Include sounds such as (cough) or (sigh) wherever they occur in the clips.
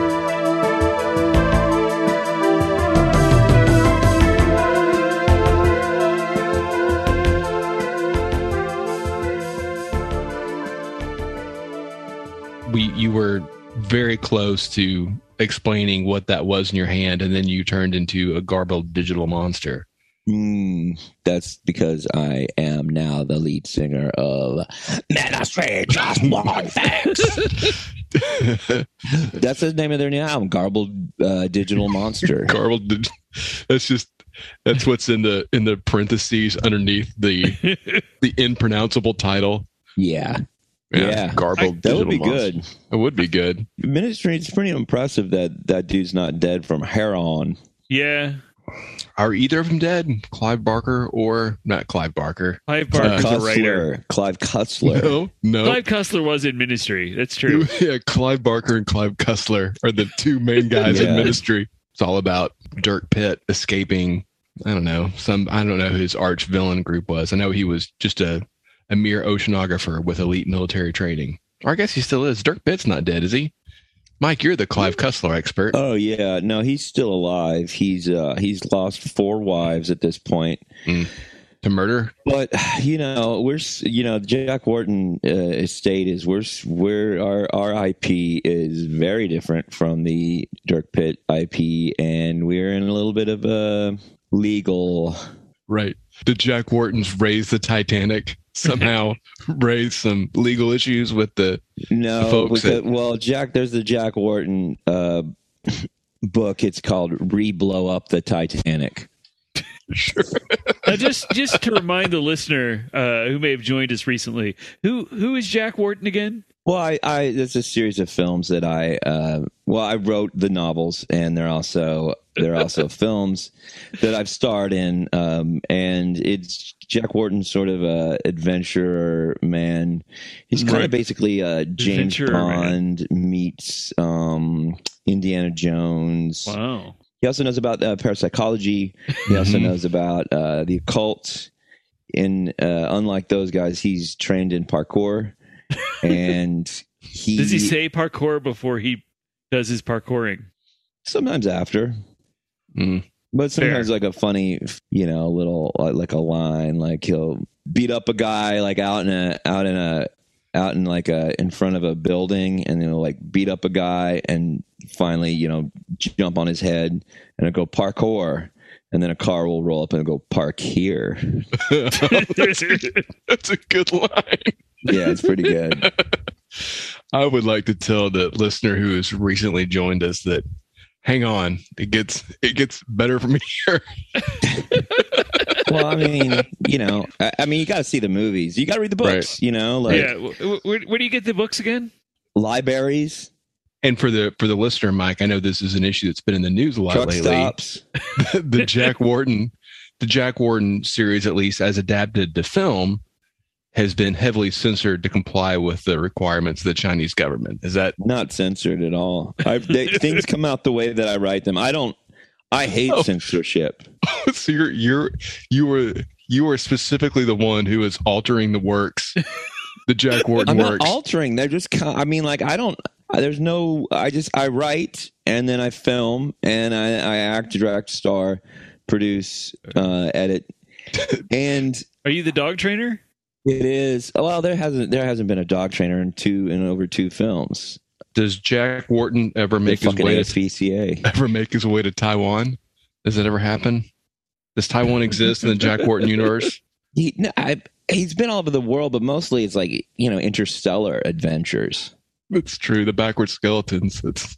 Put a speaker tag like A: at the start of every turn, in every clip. A: we you were very close to explaining what that was in your hand and then you turned into a garbled
B: (laughs)
A: digital monster
C: Mm, that's because I am now the lead singer of Ministry Just One Fix.
B: (laughs)
C: that's the name of their new album, Garbled uh, Digital Monster.
A: garbled dig- that's just that's what's in the in the parentheses underneath
B: (laughs)
A: the the impronounceable title
C: Yeah, Yeah.
B: garbled.
C: that would
B: digital
C: be
B: monster.
C: good.
A: it would be good
C: Ministry. It's pretty impressive that that dude's not dead from hair on.
D: Yeah.
A: are either of them dead clive barker or not clive barker
D: Clive
A: Uh,
D: Barker's a writer.
C: Cussler, Clive Cussler.
B: (laughs)
A: no no
D: Clive Cussler was in ministry. That's true.
A: (laughs) yeah clive barker and clive cussler are the two main guys
C: Yeah.
A: in ministry it's all about dirk pitt escaping i don't know some i don't know who his arch villain group was i know he was just a, a mere oceanographer with elite military training or i guess he still is dirk pitt's not dead is he mike you're the clive cussler expert
C: Oh yeah, no, he's still alive. He's uh he's lost four wives at this point.
A: to murder
C: But you know, we're s- you know, Jack Wharton uh, estate is we're s- we're our our IP is very different from the Dirk Pitt IP, and we're in a little bit of a legal.
A: right did jack wharton's raise the titanic (laughs) somehow raise some legal issues with the
C: No,
A: Folks
C: because- well, Jack, there's the Jack Wharton uh, book. It's called "Re-Blow Up the Titanic."
D: Now, just just to remind the listener uh, who may have joined us recently, who who is Jack Wharton again?
C: Well, I, I it's a series of films that I uh, well I wrote the novels and they're also they're
D: (laughs)
C: also films that I've starred in um, and it's Jack Wharton sort of a adventurer man. He's kind
D: Right.
C: of basically a James
D: Adventurer man.
C: Bond meets um, Indiana Jones.
D: Wow.
C: He also knows about uh, parapsychology. He also
D: Mm-hmm.
A: Mhm.
C: knows about uh, the occult. And uh, unlike those guys, he's trained in
D: (laughs)
C: parkour. And he,
D: Does he say parkour before he does his parkouring?
C: sometimes after,
A: Mm.
C: but sometimes
D: Fair.
C: like a funny, you know, little uh, like a line, like he'll beat up a guy like out in a out in a out in like a in front of a building, and then he'll like beat up a guy, and finally, you know, jump on his head, and it'll go parkour. And then a car will roll up and go park here.
A: (laughs) that's a good line
C: Yeah, it's pretty good.
A: I would like to tell the listener who has recently joined us that hang on, it gets it gets better from here.
C: (laughs) well, I mean, you know, I, I mean, you got to see the movies. You got to read the books.
A: Right.
C: You know, like
D: (laughs) yeah. Where, where, where do you get the books again?
C: libraries,
A: And for the for the listener, Mike, I know this is an issue that's been in the news a lot
C: truck
A: lately.
C: stops.
A: (laughs) the Jack Warden, the Jack Warden series, at least as adapted to film, has been heavily censored to comply with the requirements of the Chinese government. Is that (laughs)
C: Not censored at all. I've, they, things come out the way that I write them. I don't. I hate
A: Oh.
C: censorship.
A: so? You're you're you were you are specifically the one who is altering the works, the
C: (laughs)
A: Jack Warden
C: I'm
A: works.
C: not altering. They're just. co- I mean, like I don't. I- There's no. I just. I write and then I film and I, I act, direct, star, produce, uh,
A: (laughs)
C: edit, and
D: Are you the dog trainer?
C: it is. Oh, Well, there hasn't. There hasn't been a dog trainer in two in over two films.
A: Does Jack Wharton ever
C: They
A: make his
C: fucking
A: way to
C: ASPCA.
A: ever make his way to Taiwan? Does that ever happen? Does Taiwan exist in the Jack Wharton universe?
C: He, no, I, he's been all over the world, but mostly it's like you know interstellar adventures.
A: It's true. The backward skeletons. It's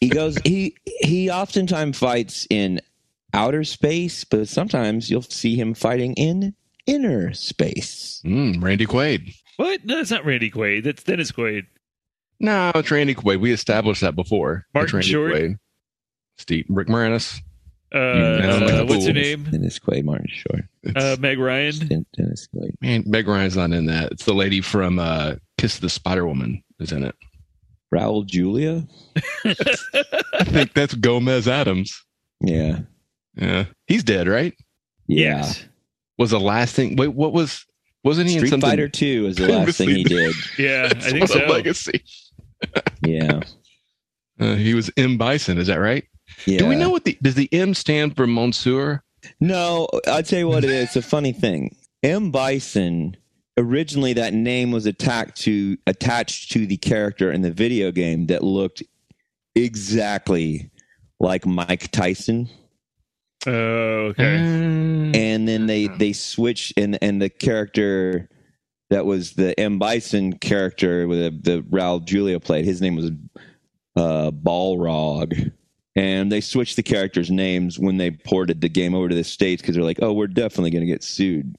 C: He goes. he he oftentimes fights in outer space, but sometimes you'll see him fighting in inner space.
A: mm, Randy Quaid.
D: What? No, that's not Randy Quaid. That's Dennis Quaid.
A: No, it's Randy Quaid. We established that before. It's
D: Martin
A: Randy
D: Short.
A: Quaid. Steve Rick Moranis.
D: Uh,
A: know, like
D: uh,
A: a
D: what's her
A: fool.
D: name?
C: Dennis Quaid, Martin Short,
D: Uh, Meg Ryan.
C: Den- Dennis Quaid.
A: Man, Meg Ryan's not in that. It's the lady from uh, Kiss the Spider Woman is in it.
C: Raul Julia.
A: I think that's Gomez Adams.
C: Yeah.
A: Yeah, he's dead, right?
C: Yeah.
D: Yes.
A: Was the last thing? Wait, what was? Wasn't he in
C: Street
A: something?
C: Fighter Two is the last thing he did.
D: Yeah, I
A: (laughs)
D: think
A: What a
D: so.
A: Legacy. (laughs)
C: Yeah.
A: Uh, he was M Bison. Is that right?
C: Yeah.
A: Do we know what the does the M stand for Monsieur?
C: No, I'll tell you what it is. It's a funny thing. M. Bison originally that name was attacked to attached to the character in the video game that looked exactly like Mike Tyson.
D: Oh,
A: Uh,
D: okay.
A: Mm-hmm.
C: And then they they switched and and the character that was the M. Bison character with the, the Raul Julia played, his name was uh Balrog. And they switched the characters' names when they ported the game over to the States because they're like, oh, we're definitely going to get sued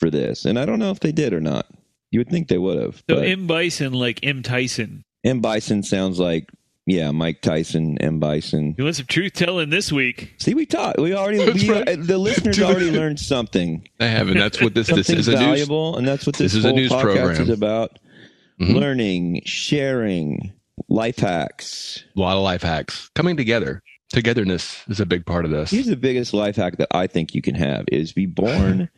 C: for this. And I don't know if they did or not. You would think they would have.
D: So
C: but M-,
D: M Bison, like M Tyson.
C: Bison sounds like, yeah, Mike Tyson, M. Bison.
D: You want some truth telling this week?
C: See, we taught. We already,
A: That's
C: we,
A: right.
C: the
A: (laughs)
C: listeners
A: Dude.
C: already learned something.
A: I haven't. That's what
C: (laughs)
A: this
C: Something
A: this is. A news,
C: valuable. and that's what this,
A: this is a
C: whole
A: news
C: podcast
A: program.
C: is about
A: Mhm.
C: learning, sharing, life hacks.
A: a lot of life hacks coming together. Togetherness is a big part of this.
C: Here's the biggest life hack that I think you can have is
A: (laughs)
C: be born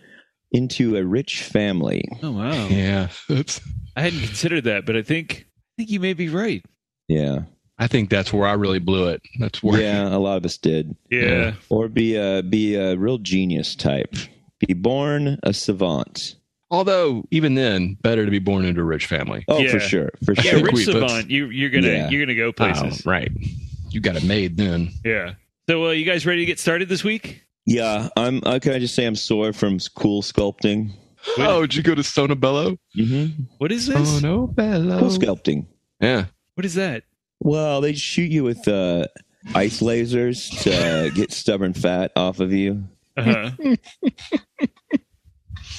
C: into a rich family.
D: Oh wow,
A: Yeah, That's-
D: I hadn't considered that, but I think I think you may be right.
C: Yeah.
A: I think that's where I really blew it. That's where.
C: Yeah, a lot of us did.
D: Yeah,
C: Or be a be a real genius type. Be born a savant.
A: Although even then, better to be born into a rich family.
C: Oh,
D: Yeah.
C: for sure. For
D: yeah.
C: sure.
A: think we
D: Rich
A: both-
D: Savant, you you're gonna
C: Yeah.
D: you're gonna go
A: Oh,
D: places.
A: right. You got a maid then.
D: Yeah. So, uh, you guys ready to get started this week?
C: Yeah, I'm uh, can I just say I'm sore from s- cool sculpting?
A: Oh, did you go to Sonobello?
C: Mm-hmm.
D: What
A: Oh,
D: is this?
A: Sonobello.
C: Cool sculpting.
A: Yeah.
D: What is that?
C: Well, they shoot you with uh, ice lasers to uh, get stubborn fat off of you.
D: Uh-huh. (laughs)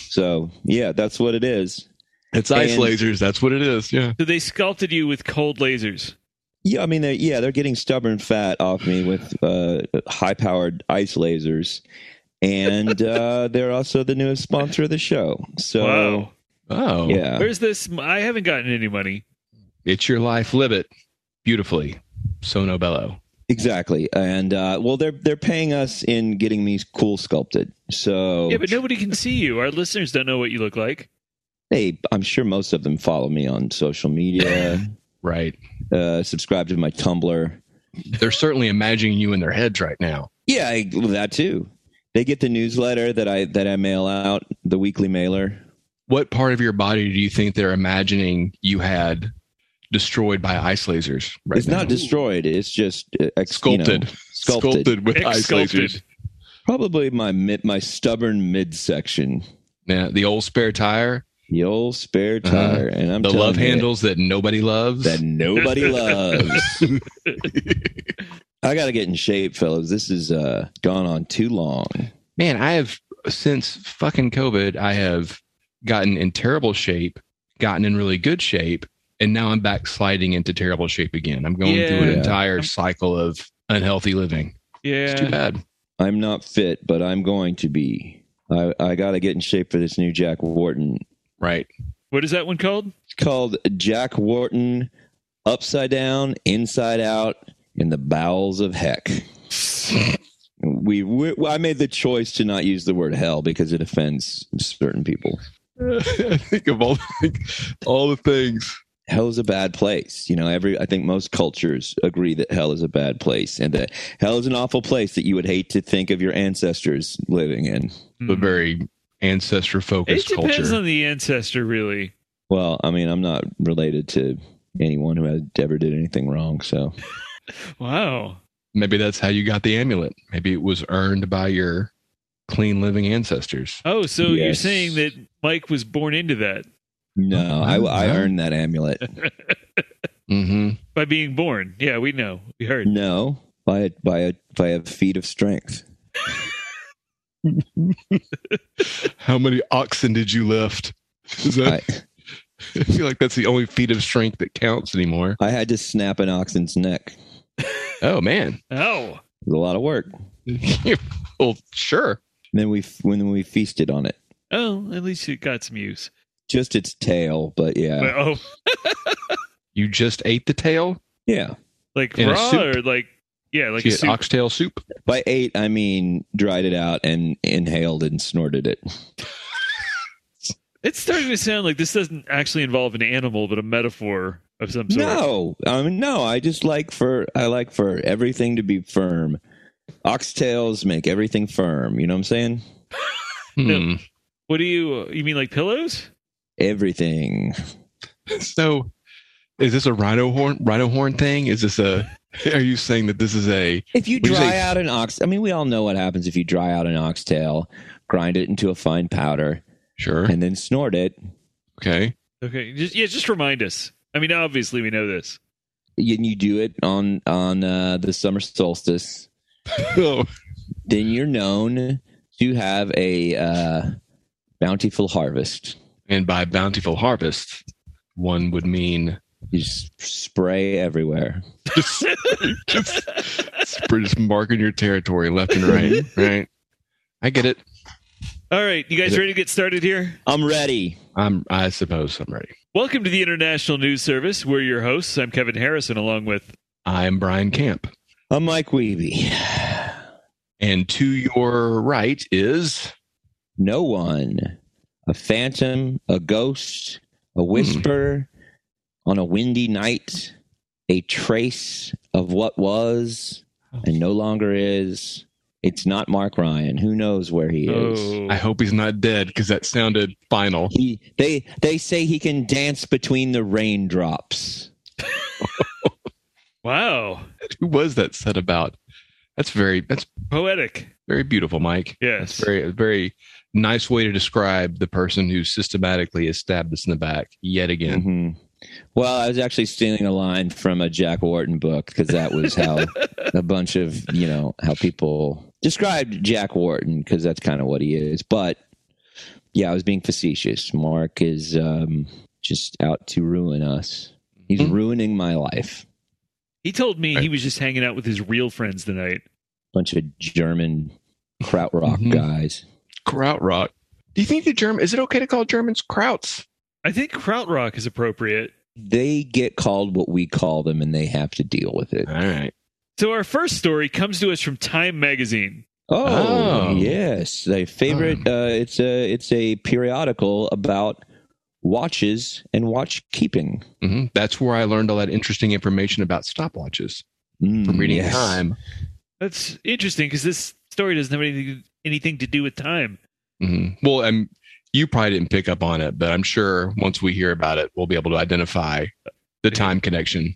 C: So, yeah, that's what it is.
A: It's ice
C: And-
A: lasers. That's what it is. Yeah.
D: so they sculpted you with cold lasers.
C: Yeah, I mean, they're, yeah, they're getting stubborn fat off me with uh, high-powered ice lasers, and uh, they're also the newest sponsor of the show. So,
D: wow.
A: Oh.
C: yeah,
D: Where's this? I haven't gotten any money.
A: It's your life. Live it beautifully. Sonobello.
C: exactly. And uh, well, they're they're paying us in getting these cool sculpted. So,
D: Yeah, but nobody can see you. Our listeners don't know what you look like.
C: hey, I'm sure most of them follow me on social
D: (laughs)
C: media,
A: Right.
C: uh, subscribe to my Tumblr.
A: They're certainly imagining you in their heads right now.
C: Yeah, I, well, that too. They get the newsletter that I that I mail out, the weekly mailer.
A: What part of your body do you think they're imagining you had destroyed by ice lasers? Right
C: it's
A: now?
C: not destroyed. It's just uh, ex- you know,
A: sculpted.
C: sculpted.
A: with
D: Ex-sculpted.
A: ice lasers.
C: Probably my mid, my stubborn midsection,
A: Yeah, the old spare tire,
C: the old spare tire, and I'm
A: Uh-huh. the
C: telling
A: love
C: you
A: handles that nobody loves. (laughs)
C: that nobody loves. I gotta get in shape, fellas. This has uh, gone on too long.
A: Man, I have since fucking COVID, I have gotten in terrible shape, gotten in really good shape, and now I'm back sliding into terrible shape again. I'm going through an
C: Yeah.
A: entire cycle of unhealthy living. It's too
D: Yeah.
A: bad.
C: I'm not fit, but I'm going to be. I, I gotta get in shape for this new Jack Wharton.
A: Right.
D: What is that one called?
C: It's called Jack Wharton, upside down, inside out, in the bowels of heck. We, we I made the choice to not use the word hell because it offends certain people.
A: I (laughs) think of all all the things.
C: hell is a bad place. You know, every I think most cultures agree that hell is a bad place and that hell is an awful place that you would hate to think of your ancestors living in.
A: The very ancestor
D: Hmm. It
A: focused
D: depends
A: culture.
D: on the ancestor, really.
C: Well, I mean, I'm not related to anyone who had ever did anything wrong, so
D: Wow.
A: Maybe that's how you got the amulet. Maybe it was earned by your clean living ancestors.
D: Oh, so you're
C: Yes.
D: saying that Mike was born into that
C: no, I, I earned that amulet.
A: Mm-hmm.
D: by being born? Yeah, we know. We heard.
C: No, by a by a by a feat of strength.
A: How many oxen did you lift? (laughs) Is that-
C: I,
A: I feel like that's the only feat of strength that counts anymore.
C: I had to snap an oxen's neck.
A: Oh man, (laughs)
D: Oh,
C: It was a lot of work.
A: well, sure.
C: And then we f- when we feasted on it,
D: Oh, at least it got some use.
C: just its tail, but yeah,
D: But, oh,
A: You just ate the tail.
C: yeah.
D: like
A: In a
D: raw
A: soup.
D: or like yeah, like
A: She
D: a
A: had
D: soup.
A: oxtail soup.
C: By eight, I mean dried it out and inhaled and snorted it.
D: it's starting to sound like this doesn't actually involve an animal, but a metaphor of some sort.
C: No, I mean, no. I just like for I like for everything to be firm. Oxtails make everything firm. You know what I'm saying?
D: No.
A: Hmm.
D: What do you you mean like pillows?
C: Everything.
A: So, is this a rhino horn? Rhino horn thing? Is this a? Are you saying that this is a?
C: If you
A: When you
C: dry
A: say-
C: out an ox, I mean, we all know what happens if you dry out an oxtail, grind it into a fine powder,
A: Sure.
C: (laughs) and then snort it.
A: Okay. (laughs)
D: Okay, just yeah, just remind us. I mean, obviously we know this.
C: And you do it on on uh, the summer solstice.
A: Oh,
C: Then you're known to have a uh, bountiful harvest.
A: and by bountiful harvest, one would mean (laughs)
C: You just spray everywhere.
A: just, just, just marking your territory left and right. Right. I get it.
D: All right, you guys
A: Is it-
D: ready to get started here?
C: I'm ready.
A: I'm. I suppose I'm ready.
D: Welcome to the International News Service. We're your hosts. I'm Kevin Harrison, along with
A: I'm Brian Camp,
C: I'm Mike Weeby.
A: and to your right is
C: no one, a phantom, a ghost, a whisper on a windy night, a trace of what was and no longer is. It's not Mark Ryan. Who knows where he is?
D: Oh.
A: I hope he's not dead because that sounded final. (laughs)
C: He they they say he can dance between the raindrops.
D: wow,
A: Who was that said about? That's very that's
D: poetic.
A: very beautiful, Mike.
D: Yes.
A: Very a very nice way to describe the person who systematically has stabbed us in the back yet again.
C: Mhm. Well, I was actually stealing a line from a Jack Wharton book because that was how a bunch of you know how people described Jack Wharton because that's kind of what he is. But yeah, I was being facetious. Mark is um, just out to ruin us. He's
A: Mhm.
C: ruining my life.
D: He told me
A: Right.
D: he was just hanging out with his real friends tonight.
C: Bunch of German krautrock
A: Mhm.
C: guys.
A: Krautrock. Do you think the German is it okay to call Germans Krauts?
D: I think krautrock is appropriate.
C: They get called what we call them, and they have to deal with it.
A: All right.
D: So our first story comes to us from Time Magazine.
C: Oh,
A: Oh. Hmm.
C: yes, the favorite. Uh, it's a it's a periodical about watches and watch keeping.
A: hmm That's where I learned all that interesting information about stopwatches
C: Mm,
A: from reading
C: yes.
A: Time.
D: That's interesting because this story doesn't have anything anything to do with time.
A: hmm Well, and you probably didn't pick up on it, but I'm sure once we hear about it, we'll be able to identify the time connection.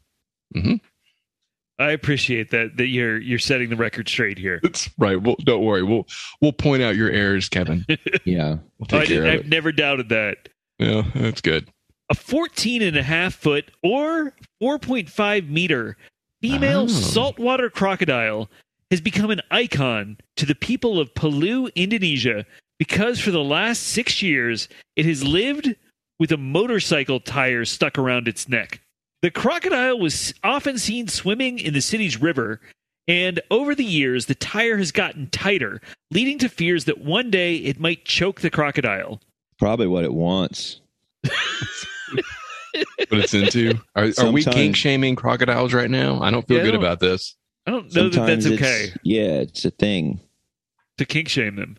D: I appreciate that that you're you're setting the record straight here.
A: That's right. Well, don't worry. We'll we'll point out your errors, Kevin.
C: (laughs) Yeah,
A: We'll
D: I
A: take care of
D: have (laughs)
A: it.
D: never doubted that.
A: Yeah, that's good.
D: a 14 and a half foot or 4.5 meter female
A: Oh.
D: saltwater crocodile has become an icon to the people of Palau, Indonesia, because for the last six years it has lived with a motorcycle tire stuck around its neck. The crocodile was often seen swimming in the city's river, and over the years the tire has gotten tighter, leading to fears that one day it might choke the crocodile.
C: probably what it wants.
A: What it's into? Are, are we
C: Sometimes-
A: kink shaming crocodiles right now? I don't feel
D: Yeah, I
A: good
D: don't-
A: about this.
D: I don't know that
C: Sometimes
D: that's
C: it's-
D: okay
C: Yeah, it's a thing.
D: to kink shame them.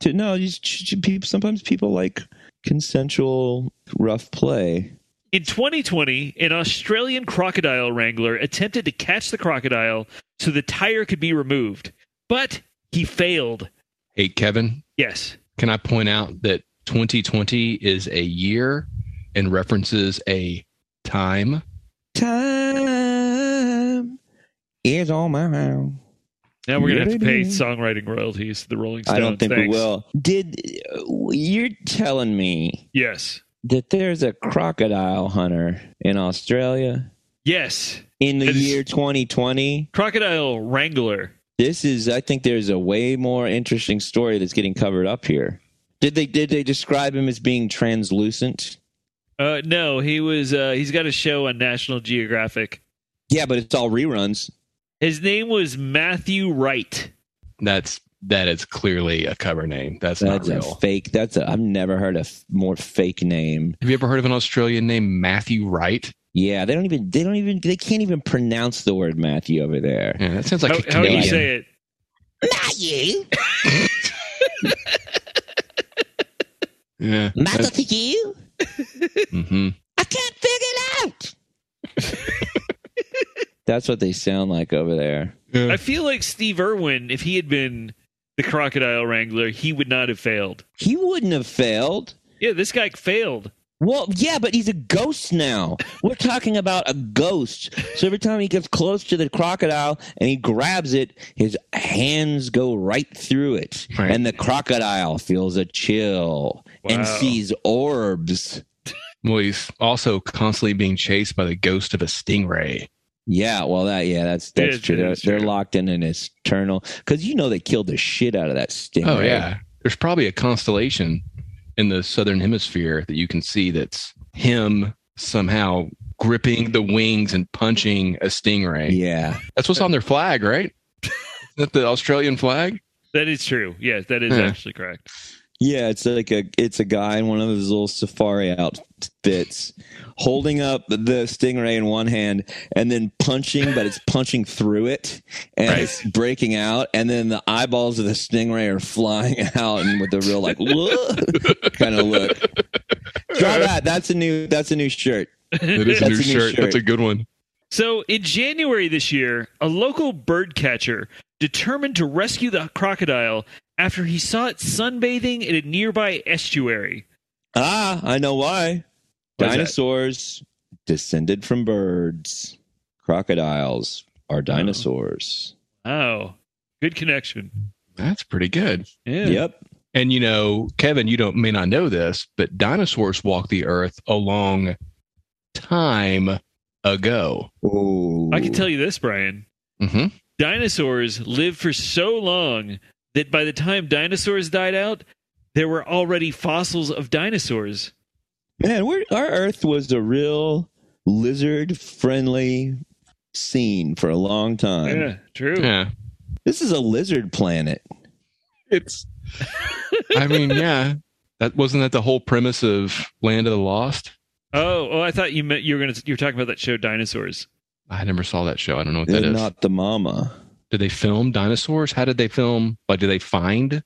C: To, no, you, you, people, sometimes people like consensual rough play.
D: In 2020, an Australian crocodile wrangler attempted to catch the crocodile so the tire could be removed, but he failed.
A: Hey, Kevin,
D: Yes.
A: can I point out that 2020 is a year and references a time?
C: Time is on my mind.
D: Now we're going to have to pay songwriting royalties to the Rolling Stones.
C: I don't think
D: Thanks.
C: we will. Did uh, you're telling me
D: Yes.
C: that there's a crocodile hunter in Australia
D: Yes.
C: in the
D: That is-
C: year 2020.
D: Crocodile wrangler.
C: This is, I think, there's a way more interesting story that's getting covered up here. Did they did they describe him as being translucent?
D: Uh, no, he was. Uh, he's got a show on National Geographic.
C: Yeah, but it's all reruns.
D: His name was Matthew Wright.
A: That's that is clearly a cover name. That's,
C: That's
A: not
C: a
A: real.
C: fake. That's a. I've never heard a f- more fake name.
A: Have you ever heard of an Australian named Matthew Wright?
C: Yeah, they don't even. They don't even. They can't even pronounce the word Matthew over there.
A: Yeah, that sounds like a
D: how, how do you
A: Canadian.
D: say it?
C: Matthew,
A: Yeah.
C: Matthew,
A: hmm
C: I can't figure it out.
A: (laughs)
C: That's what they sound like over there.
D: I feel like Steve Irwin, if he had been the crocodile wrangler, he would not have failed.
C: He wouldn't have failed.
D: Yeah, this guy failed.
C: Well, yeah, but he's a ghost now. We're talking about a ghost. So every time he gets close to the crocodile and he grabs it, his hands go right through it.
A: Right.
C: And the crocodile feels a chill and
D: Wow.
C: sees orbs.
A: Well, he's also constantly being chased by the ghost of a stingray.
C: Yeah, well, that yeah, that's
D: Yeah,
C: that's
D: it
C: true. They're,
D: is true.
C: they're locked in an eternal because you know they killed the shit out of that stingray.
A: Oh yeah, there's probably a constellation in the southern hemisphere that you can see that's him somehow gripping the wings and punching a stingray.
C: yeah.
A: That's what's on their flag, right? (laughs) Isn't that the Australian flag?
D: That is true. Yes, that is
A: Yeah.
D: actually correct.
C: Yeah, it's like a it's a guy in one of his little safari outfits, holding up the stingray in one hand and then punching, but it's punching through it and it's breaking out, and then the eyeballs of the stingray are flying (laughs) out and with the real like kind of look. Draw that. That's a new that's a new shirt.
A: It
D: (laughs)
A: is a new,
C: That's a new
A: shirt.
C: shirt.
A: That's a good one.
D: So in January this year, a local bird catcher determined to rescue the crocodile after he saw it sunbathing at a nearby estuary.
C: Ah, I know why.
D: Why is that?
C: dinosaurs descended from birds. Crocodiles are dinosaurs.
D: Oh, good connection.
A: That's pretty good.
D: Yeah.
C: Yep.
A: And you know, Kevin, you don't may not know this, but dinosaurs walked the earth a long time ago.
C: Oh,
D: I can tell you this, Brian.
A: hmm
D: Dinosaurs lived for so long that by the time dinosaurs died out, there were already fossils of dinosaurs.
C: man, we're, our Earth was a real lizard-friendly scene for a long time.
D: yeah, true.
A: Yeah,
C: This is a lizard planet.
A: it's. I mean, yeah, that wasn't that the whole premise of Land of the Lost.
D: Oh, oh, I thought you meant you were gonna you were talking about that show Dinosaurs.
A: I never saw that show. I don't know what
C: They're
A: that is.
C: not the mama.
A: did they film dinosaurs? How did they film? Like, did they find?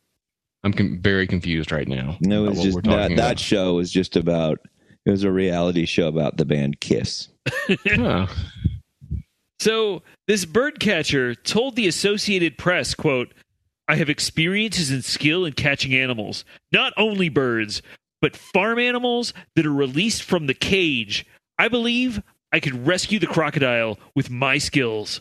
A: I'm con- very confused right now.
C: No,
A: about
C: it's
A: what
C: just
A: we're
C: that,
A: talking
C: that show was just about. It was a reality show about the band Kiss.
A: about. Huh.
D: So this bird catcher told the Associated Press, quote, I have experiences and skill in catching animals, not only birds, but farm animals that are released from the cage. I believe I could rescue the crocodile with my skills.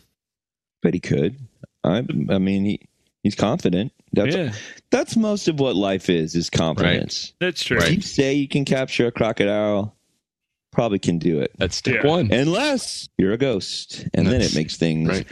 C: But he could. I, I mean, he, he's confident. That's
D: yeah,
C: that's most of what life is is confidence
D: that's true. (laughs)
A: Right.
C: you say you can capture a crocodile probably can do it
A: That's step
D: Yeah.
A: one.
C: unless you're a ghost and then
A: That's-
C: it makes things
A: right.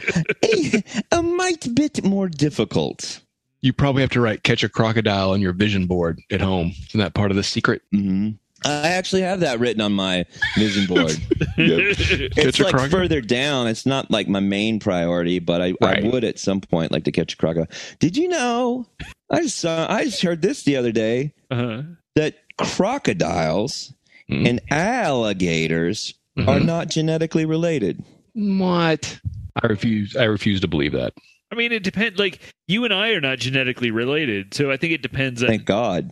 C: (laughs) a, a mite bit more difficult
A: You probably have to write catch a crocodile on your vision board at home. Isn't that part of the secret?
C: hmm i actually have that written on my vision
A: (laughs)
C: board
A: Catch
C: it's
A: a
C: like
A: crocodile?
C: further down it's not like my main priority but I,
A: Right.
C: I would at some point like to catch a crocodile did you know i just saw i just heard this the other day
D: uh-huh.
C: that crocodiles
A: Mhm.
C: and alligators are
A: Mhm.
C: not genetically related.
A: Mm-hmm. What? I refuse. I refuse to believe that.
D: I mean, it depends. Like you and I are not genetically related, so I think it depends on.
C: Thank God.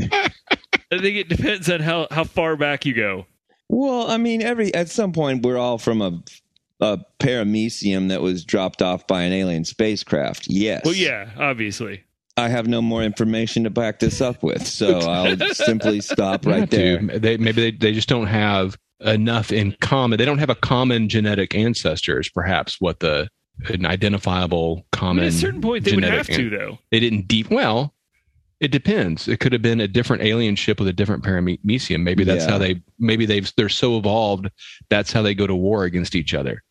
D: I think it depends on how how far back you go.
C: Well, I mean, every at some point we're all from a a paramecium that was dropped off by an alien spacecraft. Yes.
D: Well, yeah, obviously.
C: I have no more information to back this up with, so
D: (laughs)
C: I'll simply stop
A: Yeah,
C: right there.
A: dude. They, maybe they, they just don't have enough in common. They don't have a common genetic ancestor. Is perhaps what the an identifiable
D: I mean,
A: common.
D: at a certain point, they would
A: genetic
D: have to, though.
A: They didn't deep. Well, it depends. It could have been a different alien ship with a different paramecium. Maybe that's
C: Yeah.
A: how they. Maybe they've they're so evolved. That's how they go to war against each other.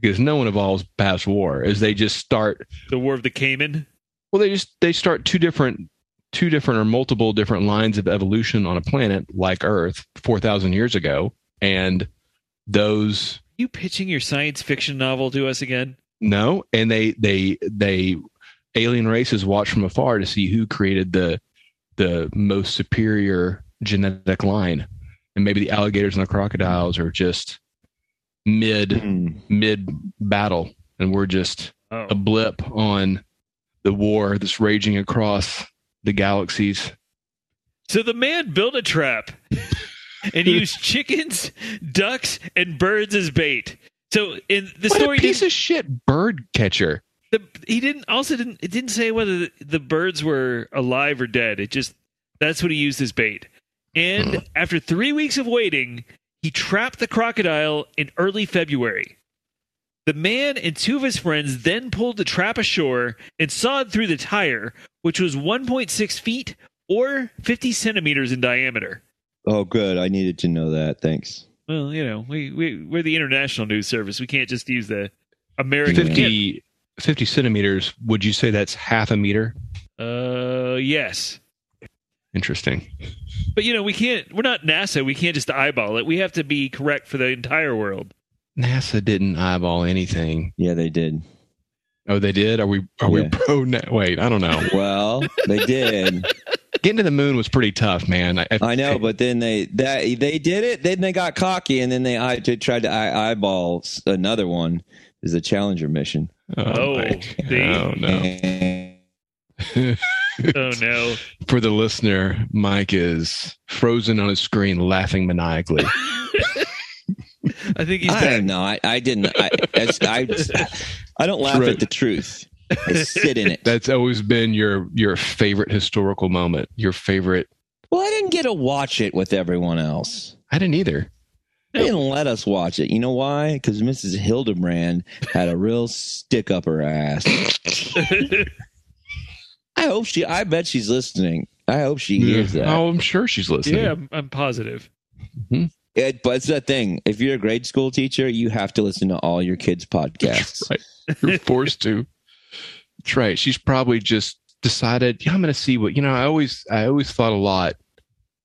A: Because no one evolves past war. Is they just start
D: The War of the Cayman.
A: Well, they just they start two different two different or multiple different lines of evolution on a planet like Earth 4000 years ago and those
D: you pitching your science fiction novel to us again?
A: No, and they they they alien races watch from afar to see who created the the most superior genetic line, and maybe the alligators and the crocodiles are just mid mid battle, and we're just
D: Oh.
A: a blip on the war that's raging across the galaxies.
D: So the man built a trap
A: (laughs)
D: and used chickens, ducks, and birds as bait. So in the
A: what
D: story,
A: a piece
D: didn't,
A: of shit bird catcher.
D: the, he didn't also didn't it didn't say whether the, the birds were alive or dead. It just that's what he used as bait. And after three weeks of waiting, he trapped the crocodile in early February. The man and two of his friends then pulled the trap ashore and sawed through the tire, which was 1.6 feet or 50 centimeters in diameter.
C: (clears throat) Oh, good. I needed to know that. Thanks.
D: Well, you know, we, we we're the international news service. We can't just use the American.
A: 50, 50 centimeters. Would you say that's half a meter?
D: Uh, yes,
A: Interesting.
D: but you know, we can't. We're not NASA. We can't just eyeball it. We have to be correct for the
C: (laughs)
D: entire world.
A: NASA didn't eyeball anything.
C: Yeah, they did.
A: Oh, they did. Are we are we
C: Yeah.
A: pro? Na- Wait, I don't know.
C: Well, they did.
A: Getting to the moon was pretty tough, man. I,
C: I know,
A: (laughs)
C: but then they that they did it. Then they got cocky, and then they, I, they tried to eye, eyeball s- another one. Is the Challenger mission?
D: Oh,
A: my-
D: they-
A: oh no.
D: Oh no!
A: For the listener, Mike is frozen on his screen, laughing
C: (laughs)
A: maniacally.
D: I think he's
C: I
D: back.
C: am not. I didn't. I, that's- I, I don't laugh
A: Truth.
C: at the truth. I sit
D: (laughs)
C: in it.
A: That's always been your your favorite historical moment. Your favorite.
C: well, I didn't get to watch it with everyone else.
A: I didn't either.
C: They didn't let us watch it. You know why? Because Mrs. Hildebrand had a real stick up her ass. I hope she. I bet she's listening. I hope she hears that.
A: Oh, I'm sure she's listening.
D: (laughs) yeah, I'm, I'm positive.
C: It, but it's that thing. If you're a grade school teacher, you have to listen to all your kids' podcasts.
D: (laughs)
A: That's (laughs) right. You're forced to. That's right. She's probably just decided, yeah, I'm gonna see what you know, I always I always thought a lot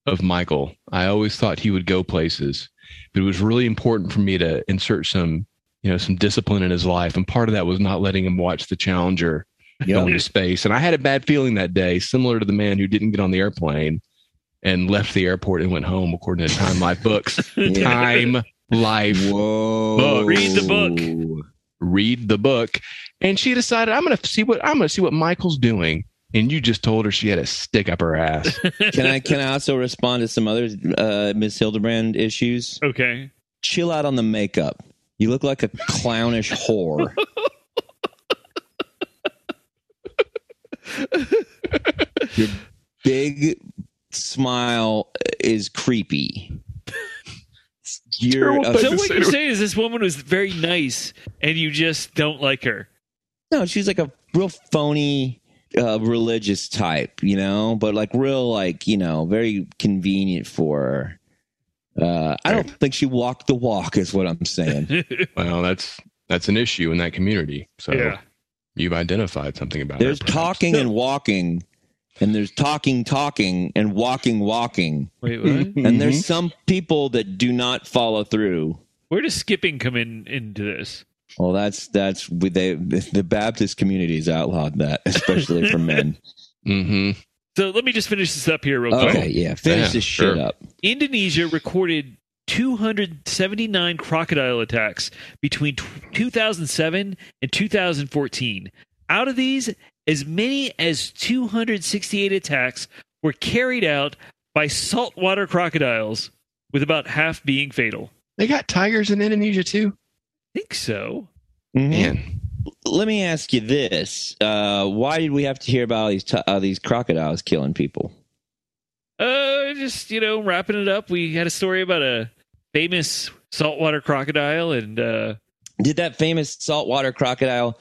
A: of Michael. I always thought he would go places. But it was really important for me to insert some, you know, some discipline in his life. And part of that was not letting him watch the Challenger go into space. And I had a bad feeling that day, similar to the man who didn't get on the airplane and left the airport and went home according to Time Life Books.
C: Yeah.
A: Time Life
C: Whoa!
D: Read the book.
A: read the book and she decided i'm gonna see what i'm gonna see what michael's doing and you just told her she had a stick up her ass
D: (laughs)
C: Can I can I also respond to some other uh, Miss Hildebrand issues?
D: Okay.
C: Chill out on the makeup. You look like a clownish (laughs) whore. your big smile is creepy. You're
A: terrible
C: a
A: thing
D: So
A: to
D: what
A: say
D: you're
A: to-
D: saying is this woman was very nice, and you just don't like her. (laughs)
C: No, she's like a real phony uh, religious type, you know, but like real, like, you know, very convenient for her. Uh, I don't think she walked the walk, is what I'm saying.
A: well that's that's an issue in that community so
D: Yeah.
A: you've identified something about
C: There's
A: her perhaps.
C: talking and walking, and there's talking, talking, and walking, walking.
D: Wait, what?
C: And there's
A: Mm-hmm.
C: some people that do not follow through.
D: Where does skipping come in into this?
C: Well, that's that's they the Baptist community's outlawed that, (laughs) especially
A: (laughs)
C: for men.
D: Mm-hmm.
A: Mhm.
D: So let me just finish this up here real quick.
C: Okay, yeah, finish
A: Yeah,
C: this shit
A: sure.
C: up.
D: Indonesia recorded 279 crocodile attacks between t- 2007 and 2014. Out of these, as many as 268 attacks were carried out by saltwater crocodiles, with about half being fatal.
A: they got tigers in indonesia too
D: I think so. Mm-hmm.
C: Mhm.
A: man
C: let me ask you this: uh, Why did we have to hear about all these t- uh, these crocodiles killing people?
D: Uh, just you know, wrapping it up. We had a story about a famous saltwater crocodile, and uh,
C: Did that famous saltwater crocodile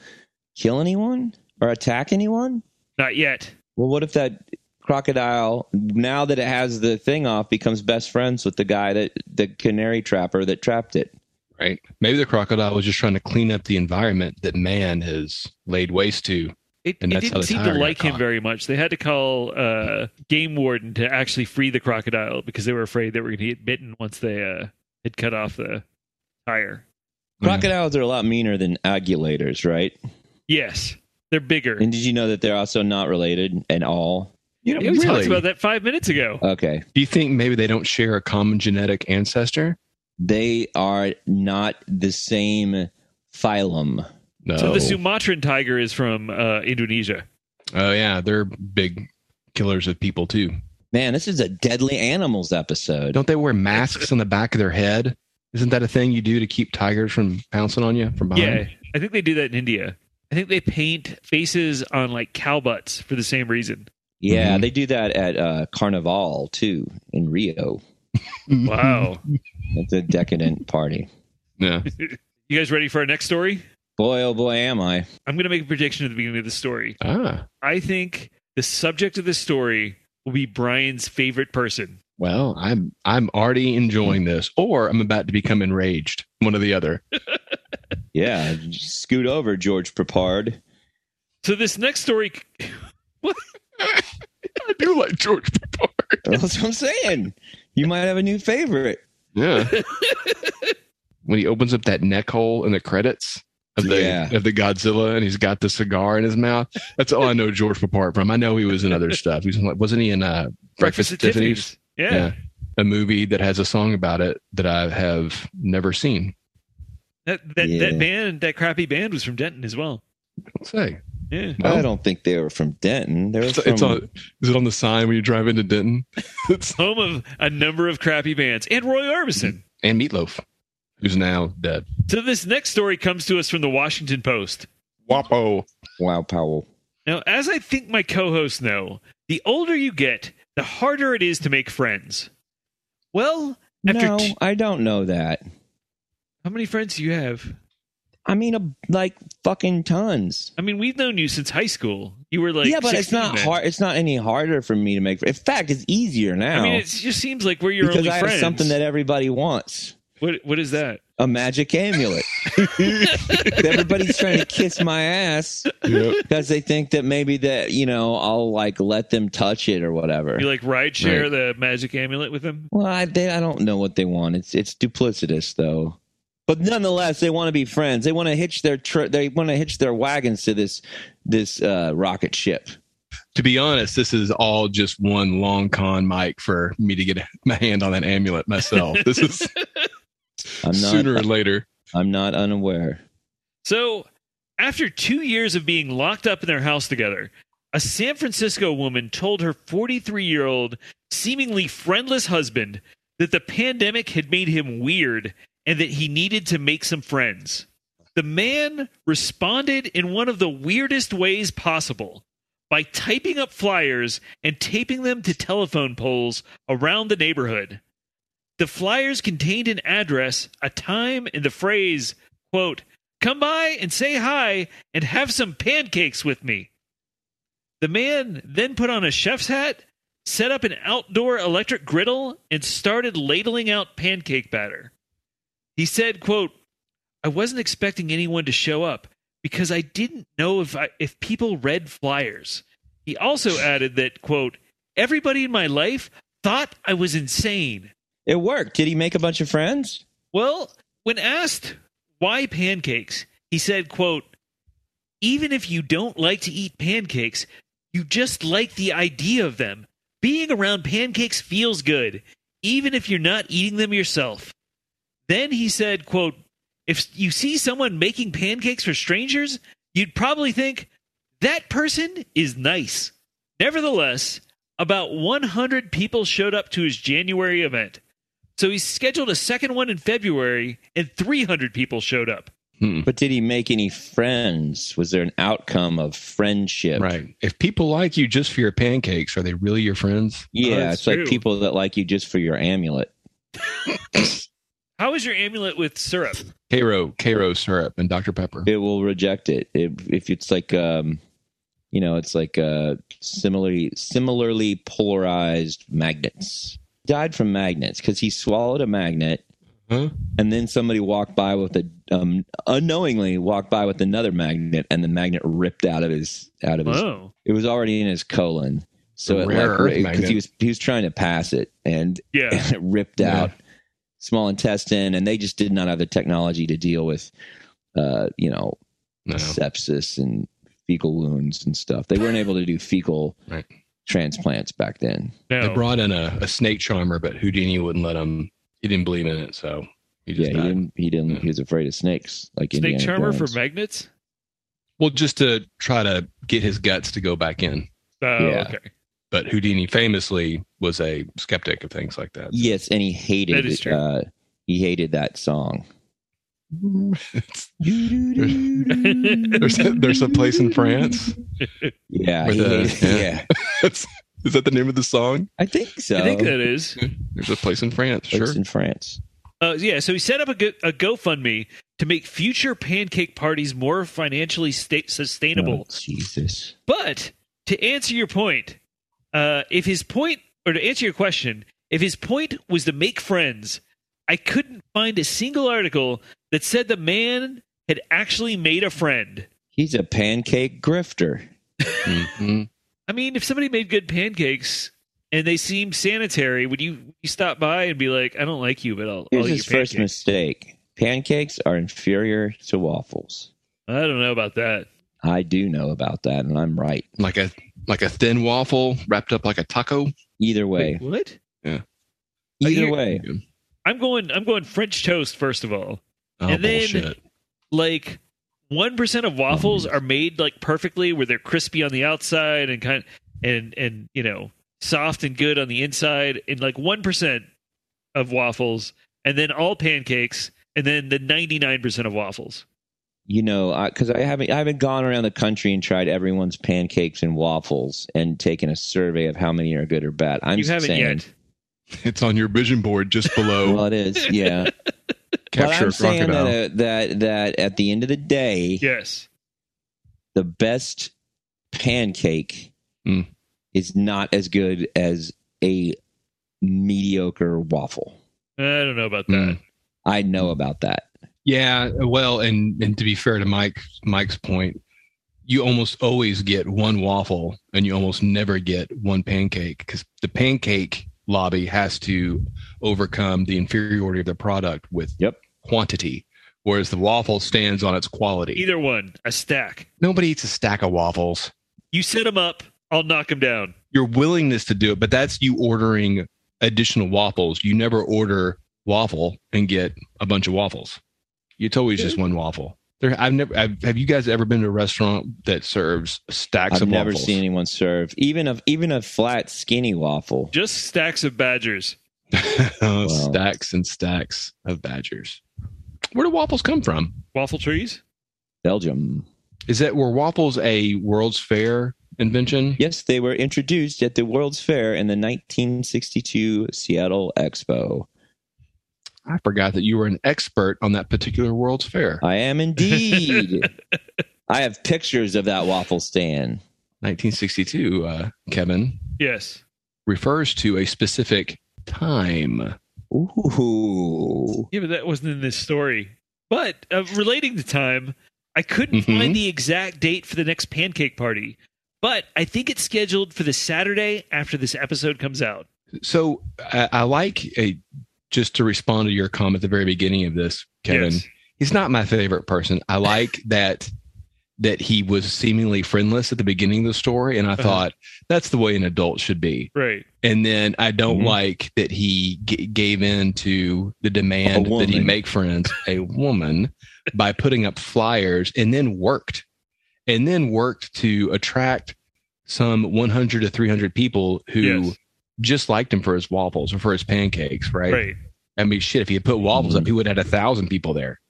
C: kill anyone or attack anyone?
D: not yet.
C: Well, what if that crocodile, now that it has the thing off, becomes best friends with the guy that the canary trapper that trapped it?
A: right maybe the crocodile was just trying to clean up the environment that man has laid waste to Mm.
D: It,
A: And
D: it
A: that's how
D: didn't
A: the
D: seem to
A: tiger got
D: like him
A: caught.
D: very much. They had to call uh, Game Warden to actually free the crocodile because they were afraid they were going to get bitten once they uh, had cut off the tire.
A: Mm-hmm.
C: Crocodiles are a lot meaner than aguilators, right?
D: Yes, they're bigger.
C: And did you know that they're also not related at all?
A: You know,
D: Yeah, we talked
A: really?
D: about that five minutes ago.
C: Okay.
A: Do you think maybe they don't share a common genetic ancestor?
C: They are not the same phylum.
A: No.
D: So the Sumatran tiger is from uh, Indonesia.
A: oh yeah, they're big killers of people too.
C: Man, this is a deadly animals episode.
A: Don't they wear masks on the back of their head? Isn't that a thing you do to keep tigers from pouncing on you from
D: Yeah,
A: behind?
D: I think they do that in India. I think they paint faces on like cow butts for the same reason.
A: (laughs)
C: yeah,
A: Mhm.
C: they do that at uh, Carnival too in Rio.
A: (laughs)
D: Wow. (laughs)
C: It's a decadent party.
A: Yeah.
D: you guys ready for our next story?
C: Boy, oh boy, am I.
D: I'm going to make a prediction at the beginning of the story.
A: Ah.
D: I think the subject of this story will be Brian's favorite person.
A: Well, I'm I'm already enjoying this, or I'm about to become enraged. One or the other.
C: Yeah, scoot over, George Prepard.
D: So this next story,
A: (laughs) I do like George Papard.
C: (laughs) That's what I'm saying. You might have a new favorite.
A: (laughs) Yeah. when he opens up that neck hole in the credits of the
C: Yeah.
A: of the Godzilla, and he's got the cigar in his mouth. That's all I know George Papard from. I know he was in other stuff. He's like, wasn't he in uh, Breakfast, at Tiffany's?
D: Yeah.
A: Yeah. A movie that has a song about it that I have never seen.
D: That that,
C: Yeah.
D: that band, that crappy band was from Denton as well.
A: Let's say.
D: Yeah.
C: I don't think they were from Denton. They were
A: It's,
C: from
A: it's on. Is it on the sign when you drive into Denton? (laughs) It's-
D: Home of a number of crappy bands and Roy Orbison.
A: and Meatloaf, who's now dead.
D: So this next story comes to us from the Washington Post.
A: Wapo.
C: Wow Powell.
D: Now, as I think my co hosts know, the older you get, the harder it is to make friends. Well, after
C: no,
D: t-
C: I don't know that.
D: how many friends do you have?
C: I mean, a, like fucking tons.
D: I mean, we've known you since high school. You were like,
C: yeah, but it's
D: 16
C: not
D: then.
C: hard. It's not any harder for me to make. In fact, it's easier now
D: I mean, it just seems like we're your
C: because
D: only
C: I have
D: friends.
C: something that everybody wants:
D: what, what is that?
C: a magic amulet. (laughs) Everybody's trying to kiss my
D: (laughs)
C: ass
A: Yep.
C: because they think that maybe that you know I'll like let them touch it or whatever.
D: You like ride share the magic amulet with them?
C: Well, I, they, I don't know what they want. It's it's duplicitous though. But nonetheless, they want to be friends. They want to hitch their tr- they want to hitch their wagons to this this uh, rocket ship.
A: To be honest, this is all just one long con, Mike, for me to get my hand on that amulet myself. This is
C: I'm not
A: sooner or later.
C: I'm not unaware.
D: So, after two years of being locked up in their house together, a San Francisco woman told her 43 year old, seemingly friendless husband that the pandemic had made him weird and that he needed to make some friends. The man responded in one of the weirdest ways possible by typing up flyers and taping them to telephone poles around the neighborhood. The flyers contained an address, a time, and the phrase, quote, Come by and say hi and have some pancakes with me. The man then put on a chef's hat, set up an outdoor electric griddle, and started ladling out pancake batter. He said, quote, I wasn't expecting anyone to show up because I didn't know if I, if people read flyers. He also added that, quote, everybody in my life thought I was insane.
C: It worked. Did he make a bunch of friends?
D: Well, when asked why pancakes, he said, quote, even if you don't like to eat pancakes, you just like the idea of them. Being around pancakes feels good, even if you're not eating them yourself. Then he said, quote, if you see someone making pancakes for strangers, you'd probably think that person is nice. Nevertheless, about 100 people showed up to his January event. So he scheduled a second one in February, and 300 people showed up.
C: But did he make any friends? Was there an outcome of friendship?
A: Right. If people like you just for your pancakes, are they really your friends?
C: Yeah,
D: Oh, that's
C: it's
D: true.
C: like people that like you just for your amulet.
D: How is your amulet with syrup?
A: Cairo, Cairo syrup and Dr. Pepper.
C: It will reject it. If if it's like um you know, it's like uh similarly similarly polarized magnets. Died from magnets cuz he swallowed a magnet
A: Huh?
C: and then somebody walked by with a um unknowingly walked by with another magnet and the magnet ripped out of his out of his
D: Oh,
C: it was already in his colon. So
A: The
C: it
A: rare earth
C: like because
A: magnet.
C: he was he was trying to pass it and (laughs) (clears throat)
D: yeah.
C: and it ripped
A: Yeah.
C: out. small intestine, and they just did not have the technology to deal with, uh, you know,
A: No.
C: sepsis and fecal wounds and stuff. They weren't able to do fecal
A: Right.
C: transplants back then.
A: They
D: No.
A: brought in a, a snake charmer, but Houdini wouldn't let him. He didn't believe in it, so he
C: Yeah,
A: just
C: he
A: died.
C: didn't. He didn't.
A: Yeah.
C: He was afraid of snakes, like
D: Snake
C: Indiana
D: charmer
C: Jones.
D: for magnets?
A: Well, just to try to get his guts to go back in.
D: Oh,
C: Yeah.
D: okay.
A: But Houdini famously was a skeptic of things like
C: (laughs)
A: that.
C: Yes, and he hated.
D: That is true.
C: Uh, he hated that
D: (laughs)
C: song.
A: there's there's a place in France.
C: Yeah,
A: With
C: he
A: a-
C: hated-
A: yeah.
C: yeah.
A: Is that the name of the song?
C: I think so.
D: I think that is.
A: There's a place in France.
C: Place
A: Sure.
C: in France.
D: Uh, yeah, so he set up a, go- a GoFundMe to make future pancake parties more financially sta- sustainable.
C: Oh, Jesus.
D: But to answer your point, uh, if his point, or to answer your question, if his point was to make friends, I couldn't find a single article that said the man had actually made a friend.
C: He's a pancake grifter.
A: Mhm.
D: I mean, if somebody made good pancakes and they seemed sanitary, would you you stop by and be like, "I don't like Oh, you, but I'll, I'll
C: Here's
D: eat your
C: his first
D: pancake"?
C: mistake. Pancakes are inferior to waffles.
D: I don't know about that.
C: I do know about that, and I'm right.
A: Like a like a thin waffle wrapped up like a taco.
C: Either way,
D: Wait, what? are
C: either
D: you-
C: way,
D: I'm going. I'm going French toast first of all.
A: Oh
D: And then-
A: bullshit!
D: like one percent of waffles are made like perfectly, where they're crispy on the outside and kind and and you know soft and good on the inside, and like one percent of waffles, and then all pancakes, and then the ninety nine percent of waffles.
C: you know, because I, haven't I haven't gone around the country and tried everyone's pancakes and waffles and taken a survey of how many are good or bad. I'm
D: you haven't
C: saying,
D: yet.
A: It's on your vision board just below.
C: well,
A: (laughs)
C: it is, yeah. but
A: Capture
C: I'm
A: a
C: saying
A: crocodile.
C: that, uh, that that at the end of the day,
D: Yes.
C: the best pancake
A: Mm.
C: is not as good as a mediocre waffle.
D: I don't know about that.
A: Mm.
C: I know about that.
A: Yeah, well, and and to be fair to Mike Mike's point, you almost always get one waffle and you almost never get one pancake cuz the pancake lobby has to overcome the inferiority of the product with
C: Yep.
A: quantity whereas the waffle stands on its quality.
D: Either one, a stack.
A: Nobody eats a stack of waffles.
D: You set them up. I'll knock them down.
A: Your willingness to do it, but that's you ordering additional waffles. You never order waffle and get a bunch of waffles. It's always just one waffle. There, I've never. I've, have you guys ever been to a restaurant that serves stacks
C: I've
A: of
C: never
A: waffles? (laughs)
C: seen anyone serve even a even a flat skinny waffle.
D: Just stacks of badgers.
A: Oh, Stacks and stacks of badgers. Where do waffles come from?
D: Waffle trees?
C: Belgium.
A: Is that were waffles a World's Fair invention?
C: Yes, they were introduced at the World's Fair in the 1962 Seattle Expo.
A: I forgot that you were an expert on that particular World's Fair.
C: I
A: (laughs)
C: am indeed. I have pictures of that waffle stand.
A: 1962. Uh, Kevin
D: Yes.
A: refers to a specific time.
C: Ooh.
D: Yeah, but that wasn't in this story. But uh, relating to time, I couldn't
A: Mhm.
D: find the exact date for the next pancake party, but I think it's scheduled for the Saturday after this episode comes out.
A: So I, I like a, just to respond to your comment at the very beginning of this, Kevin.
D: Yes.
A: He's not my favorite person. I
D: (laughs)
A: like that that he was seemingly friendless at the beginning of the story, and I
D: Uh-huh.
A: thought that's the way an adult should be.
D: Right.
A: And then I don't
C: Mhm.
A: like that he g- gave in to the demand
C: A
A: that he
C: woman.
A: make friends, a woman, by putting up flyers, and then worked, and then worked to attract some 100 to 300 people who
D: Yes.
A: just liked him for his waffles or for his pancakes, right?
D: Right.
A: I mean, shit, if he had put waffles up, he would have had a thousand people
D: (laughs)
A: there.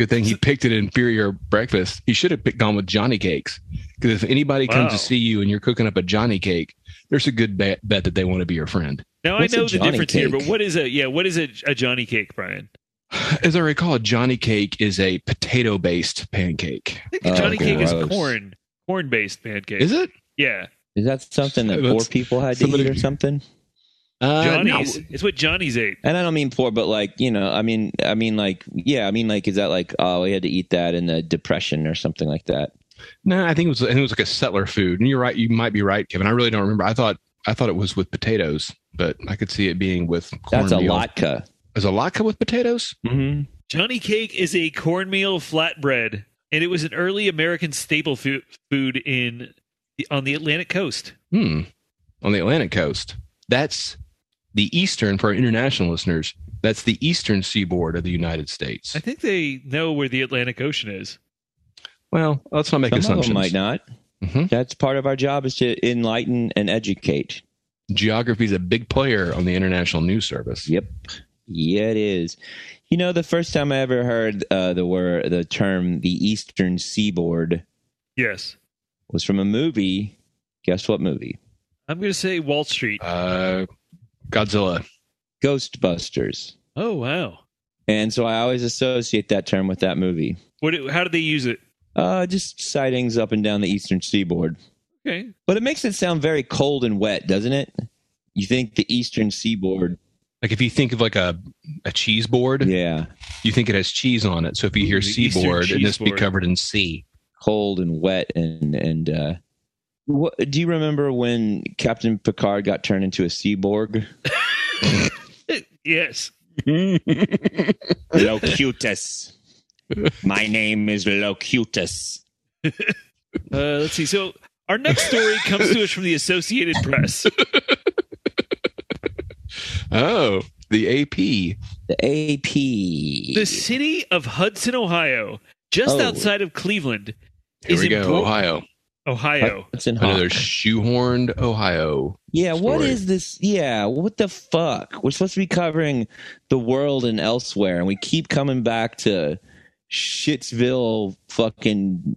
A: Good thing he picked an inferior breakfast. He should have picked, gone with Johnny cakes. Because if anybody comes
D: Wow.
A: to see you and you're cooking up a Johnny cake, there's a good bet, bet that they want to be your friend.
D: Now
C: What's
D: I
C: a
D: know the
C: Johnny
D: difference here, but
C: cake?
D: what is a yeah? What is a, a Johnny cake, Brian?
A: As I recall, a Johnny cake is a potato based pancake.
D: I think a
C: Oh,
D: Johnny cake is
C: gross.
D: corn, corn based pancake.
A: Is it?
D: Yeah,
C: Is that something that
A: That's-
C: poor people had to
A: somebody-
C: eat or something?
A: Uh,
D: Johnny's.
A: no.
D: It's what Johnny's ate.
C: And I don't mean poor, but like you know, I mean, I mean like yeah, I mean like is that like oh we had to eat that in the depression or something like that?
A: No, I think it was. I think it was like a settler food. And you're right. You might be right, Kevin. I really don't remember. I thought I thought it was with potatoes, but I could see it being with cornmeal.
C: That's a latke.
A: Is a latke with potatoes?
C: Mm-hmm.
D: Johnny cake is a cornmeal flatbread, and it was an early American staple fu- food in on the Atlantic coast.
A: Hmm. On the Atlantic coast. That's the eastern for our international listeners. That's the eastern seaboard of the United States.
D: I think they know where the Atlantic Ocean is.
A: Well, let's not make
C: Some of
A: assumptions.
C: them might not.
A: Mhm.
C: That's part of our job is to enlighten and educate.
A: Geography is a big player on the International News Service.
C: Yep. Yeah, it is. You know, the first time I ever heard uh, the word, the term, the Eastern Seaboard
D: Yes,
C: was from a movie. Guess what movie?
D: I'm going to say Wall Street.
A: Uh, Godzilla.
C: Ghostbusters.
D: Oh wow!
C: And so I always associate that term with that movie.
D: What? do- How did they use it?
C: Uh, just sightings up and down the Eastern Seaboard.
D: Okay,
C: But it makes it sound very cold and wet, doesn't it? You think the Eastern Seaboard?
A: Like if you think of like a a cheese board,
C: Yeah,
A: you think it has cheese on it. So if you
D: Ooh,
A: hear
D: the Eastern
A: seaboard, it
D: cheese
A: must be
D: board.
A: covered in sea.
C: cold and wet and and. Uh, what, do you remember when Captain Picard got turned into a Seaborg?
D: yes.
C: Locutus. My name is Locutus.
D: Uh, let's see. So our next (laughs) story comes to us from the Associated Press.
A: Oh, the AP.
C: The AP.
D: (laughs) The city of Hudson, Ohio, just
C: Oh.
D: outside of Cleveland,
A: Here
D: Is
A: we
D: it
A: go,
D: bro-
A: Ohio.
D: Ohio.
C: Hudson Hawk.
A: Another shoehorned Ohio. (laughs)
C: yeah, what
A: story.
C: is this? Yeah, what the fuck? We're supposed to be covering the world and elsewhere, and we keep coming back to Shitsville fucking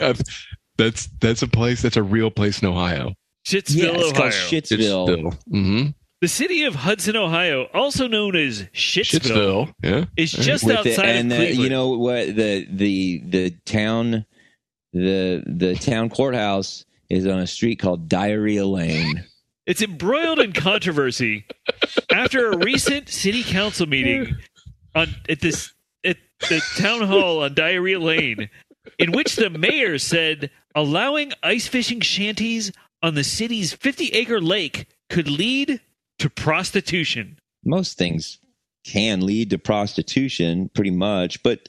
A: That's that's a place. That's a real place in Ohio.
D: Shittsville,
C: yeah, it's
D: Ohio.
C: called Shitsville.
A: Mm-hmm.
D: the city of Hudson, Ohio, also known as Shittsville,
A: Shitsville. Yeah.
D: is just
C: With the-
D: outside
C: and
D: of
C: the,
D: Cleveland.
C: you know what the the the town the the town courthouse is on a street called Diarrhea Lane.
D: It's embroiled in controversy after a recent city council meeting on at this at the town hall on Diarrhea Lane, in which the mayor said allowing ice fishing shanties on the city's 50-acre lake could lead to prostitution.
C: most things can lead to prostitution pretty much but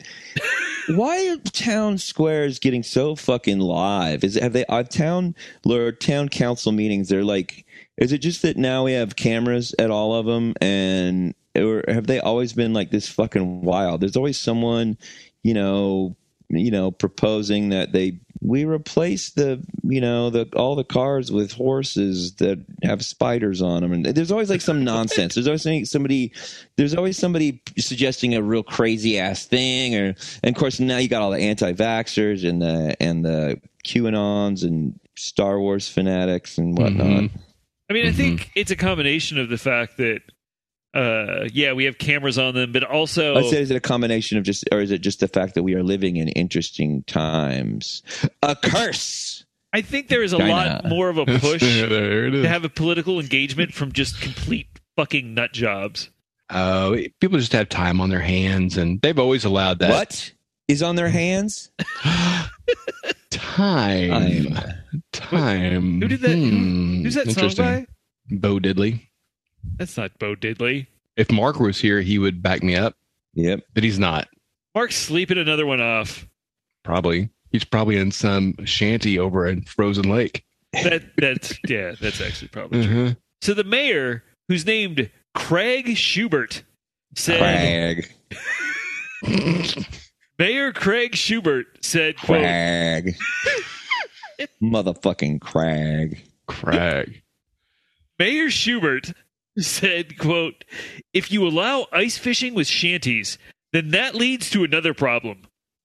C: why are town squares getting so fucking live is it have they are town or town council meetings they're like is it just that now we have cameras at all of them and or have they always been like this fucking wild there's always someone you know you know proposing that they we replace the you know the all the cars with horses that have spiders on them and there's always like some nonsense there's always some- somebody there's always somebody suggesting a real crazy ass thing or and of course now you got all the anti-vaxxers and the and the qanons and star wars fanatics and whatnot
A: Mhm.
D: I mean, I
A: Mhm.
D: think it's a combination of the fact that uh yeah, we have cameras on them, but also
C: I said, is it a combination of just, or is it just the fact that we are living in interesting times? A curse.
D: I think there is a
C: China.
D: lot more of a push
A: Yeah, (laughs) there it
D: to
A: is.
D: have a political engagement from just complete fucking nut jobs.
A: Uh, people just have time on their hands, and they've always allowed that.
C: What is on their hands?
A: (gasps) Time.
C: I'm-
A: Time.
D: Who did that- who-
A: Hmm,
D: Who's that song
A: interesting.
D: by?
A: Bo Diddley.
D: That's not Bo Diddley.
A: If Mark was here, he would back me up,
C: Yep.
A: but he's not.
D: Mark's sleeping another one off.
A: Probably. He's probably in some shanty over in Frozen Lake.
D: That that's yeah, that's actually probably
A: (laughs)
D: true.
A: Uh-huh.
D: So the mayor, who's named Craig Schubert, said
C: Crag.
D: Mayor Craig Schubert said,
C: (laughs)
D: quote,
C: Crag. Motherfucking crag.
A: Crag.
D: Mayor Schubert said, quote, if you allow ice fishing with shanties, then that leads to another problem.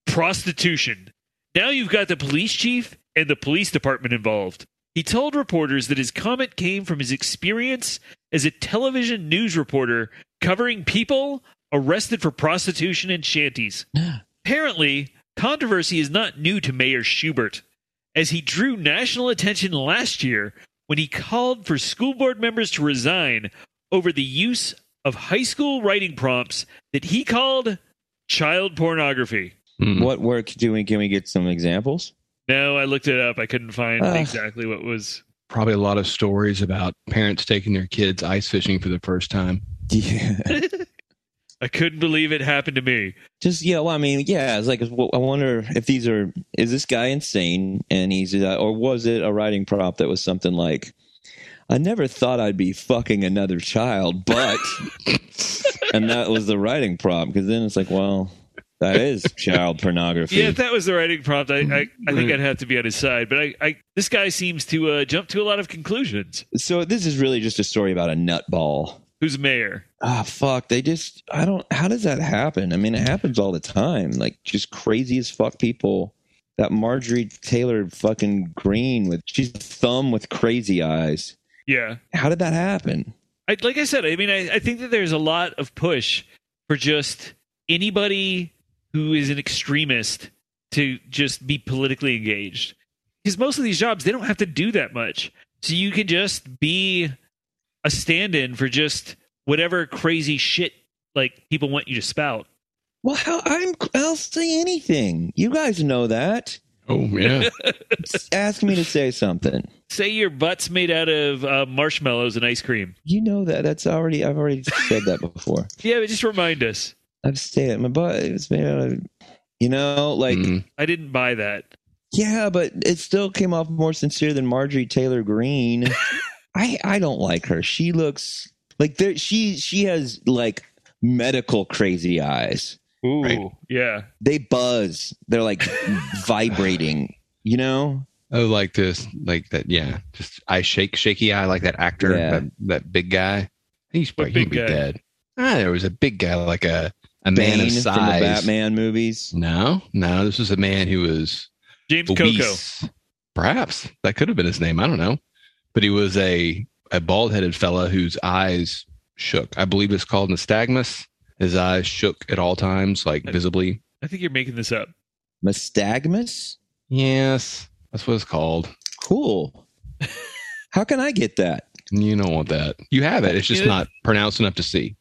D: Prostitution. Now you've got the police chief and the police department involved. He told reporters that his comment came from his experience as a television news reporter covering people arrested for prostitution and shanties. Apparently, controversy is not new to Mayor Schubert, as he drew national attention last year when he called for school board members to resign over the use of high school writing prompts that he called child pornography.
A: Hmm.
C: What work do we? Can we get some examples?
D: No, I looked it up. I couldn't find
C: Ugh.
D: exactly what was
A: probably a lot of stories about parents taking their kids ice fishing for the first time.
C: Yeah.
D: I couldn't believe it happened to me.
C: (laughs) just yeah well i mean yeah it's like well, i wonder if these are is this guy insane and he's uh, or was it a writing prop that was something like i never thought i'd be fucking another child (laughs) but and that was the writing prop because then it's like well that is child pornography
D: Yeah, if that was the writing prompt, I, I, I think I'd have to be on his side. But I, I this guy seems to uh, jump to a lot of conclusions.
C: so this is really just a story about a nutball
D: Who's mayor?
C: ah fuck they just i don't how does that happen i mean it happens all the time like just crazy as fuck people that marjorie taylor fucking green with she's a thumb with crazy eyes
D: Yeah.
C: how did that happen
D: I, like I said, I mean, I, I think that there's a lot of push for just anybody who is an extremist to just be politically engaged. Because most of these jobs, they don't have to do that much. So you can just be a stand in for just whatever crazy shit like people want you to spout.
C: well how i'm i'll say anything you guys know that
A: Oh (laughs) yeah,
C: Just ask me to say something
D: Say your butt's made out of uh, marshmallows and ice cream.
C: you know that that's already i've already said that before
D: Yeah, but just remind us.
C: i've said my butt it's made out of you know like
A: Mhm.
D: I didn't buy that.
C: Yeah, but it still came off more sincere than Marjorie
A: (laughs)
C: Taylor Green. I I don't like her. She looks like there she she has like medical crazy eyes.
D: Ooh,
A: Right.
D: yeah.
C: They buzz.
A: (sighs)
C: They're like vibrating, you know?
A: oh like this, like that. Yeah, just I shake, shaky eye, like that actor,
C: Yeah.
A: that, that big guy. He's
D: What
A: probably
D: big
A: he'd be
D: guy?
A: dead. Ah, there was a big guy, like a a man
C: Bane
A: of
C: from the
A: size.
C: Batman movies.
A: No, no, this was a man who was
D: James Coco.
A: obese. Perhaps that could have been his name. I don't know, but he was a a bald headed fella whose eyes shook. I believe it's called nystagmus. His eyes shook at all times, like visibly.
D: I think you're making this up.
C: Mystagmus?
A: Yes, that's what it's called. (laughs)
C: Cool. How can I get that?
A: You don't want that. You have it. It's just
D: Yeah.
A: not pronounced enough to see.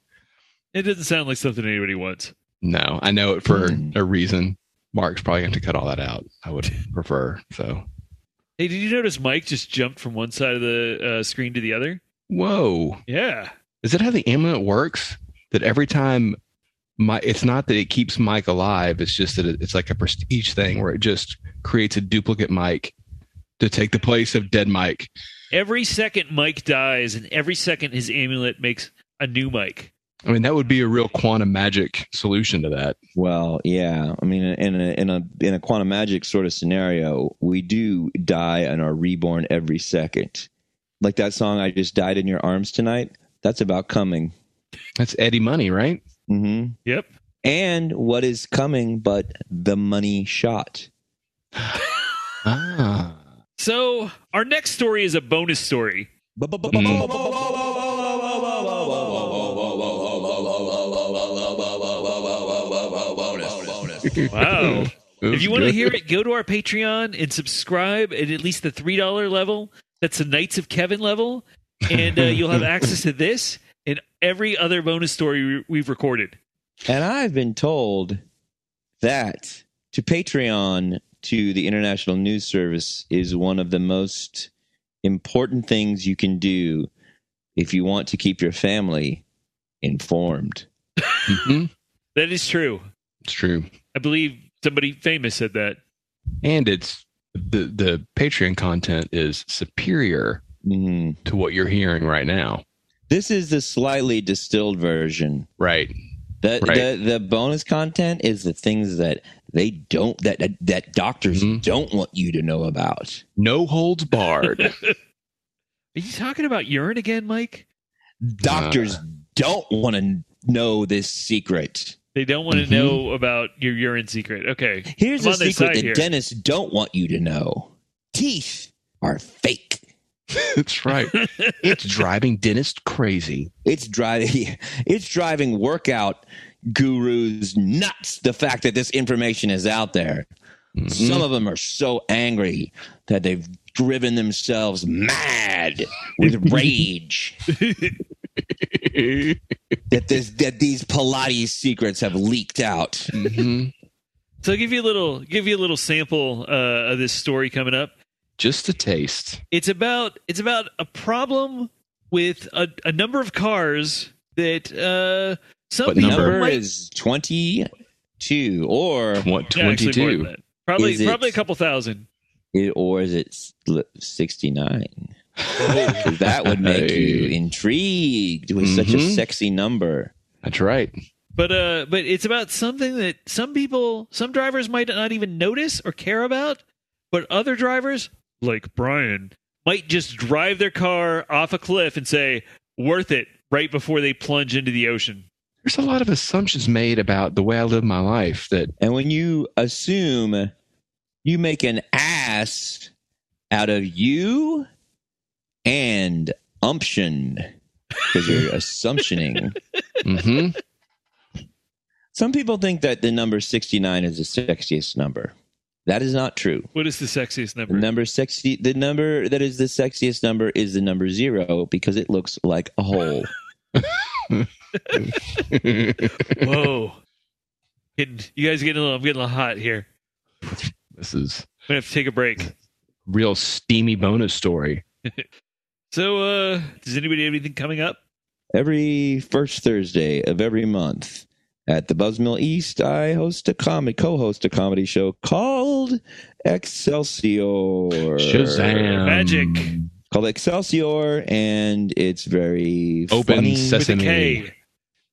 D: It doesn't sound like something anybody wants.
A: No, I know it for
C: Hmm.
A: a reason. Mark's probably going to cut all that out. I would prefer so.
D: Hey, did you notice Mike just jumped from one side of the uh, screen to the other?
A: Whoa.
D: Yeah.
A: Is that how the amulet works? That every time my it's not that it keeps Mike alive, it's just that it, it's like a prestige thing where it just creates a duplicate Mike to take the place of dead Mike.
D: Every second Mike dies, and every second his amulet makes a new Mike.
A: I mean, that would be a real quantum magic solution to that.
C: Well, yeah. I mean, in a in a in a quantum magic sort of scenario, we do die and are reborn every second. Like that song, "I Just Died in Your Arms Tonight." That's about coming.
A: That's Eddie Money, right?
C: hmm
D: Yep.
C: And what is coming but the money shot?
A: Ah.
D: So our next story is a bonus story. Wow. (laughs) if you want to hear it, go to our Patreon and subscribe at at least the three dollar level. That's the Knights of Kevin level, and uh, you'll have access to this and every other bonus story we- we've recorded.
C: And I've been told that to Patreon, to the International News Service, is one of the most important things you can do if you want to keep your family informed.
A: Mhm.
D: That is true.
A: it's true.
D: I believe somebody famous said that.
A: And it's the the Patreon content is superior
C: Mhm.
A: to what you're hearing right now.
C: This is the slightly distilled version.
A: Right.
C: The,
A: Right.
C: the the bonus content is the things that they don't that that, that doctors
A: Mhm.
C: don't want you to know about.
A: No holds
D: (laughs)
A: barred.
D: Are you talking about urine again, Mike?
C: Doctors don't want to know this secret.
D: They don't want to
A: Mhm.
D: know about your urine secret. Okay.
C: Here's
D: I'm
C: a
D: on their
C: secret
D: side
C: that
D: here.
C: dentists don't want you to know. Teeth are fake.
A: That's right. It's driving dentists crazy.
C: It's driving (laughs) it's driving workout gurus nuts the fact that this information is out there.
D: Mm-hmm.
C: Some of them are so angry that they've driven themselves mad
D: (laughs)
C: with rage
A: Mm-hmm.
C: that this that these Pilates secrets have leaked out.
A: Mhm.
D: So I'll give you a little give you a little sample uh, of this story coming up.
A: Just a taste.
D: It's about it's about a problem with a, a number of cars that uh, some
A: What
D: people
A: number?
D: might
C: is 22 or
A: What
D: Yeah, actually more than
A: 22?
D: that. Probably
C: Is it-
D: probably a couple thousand.
C: it, or is it s- l- 69? 'Cause (laughs) that would make you intrigued with such a
A: Mhm.
C: sexy number.
A: That's right.
D: But uh but it's about something that some people some drivers might not even notice or care about, but other drivers like Brian might just drive their car off a cliff and say worth it right before they plunge into the ocean.
A: There's a lot of assumptions made about the way I live my life that
C: And when you assume you make an ass out of you and umption because you're assumptioning.
D: (laughs)
A: hmm
C: Some people think that the number 69 is the sexiest number. That is not true.
D: What is the sexiest
C: The
D: number?
C: number sexy the number that is the sexiest number is the number 0 because it looks like a hole.
D: (laughs) Whoa. Getting, you guys are getting a little I'm getting a little hot here.
A: this is
D: I'm gonna have to take a break.
A: real steamy bonus story.
D: So uh does anybody have anything coming up?
C: Every first Thursday of every month at the Buzzmill East, I host a comic, co-host a comedy show called Excelsior.
A: Shazam.
D: Magic.
C: Called Excelsior, and it's very
A: Open
C: funny.
A: ses-
D: With a
A: Sesame.
D: K.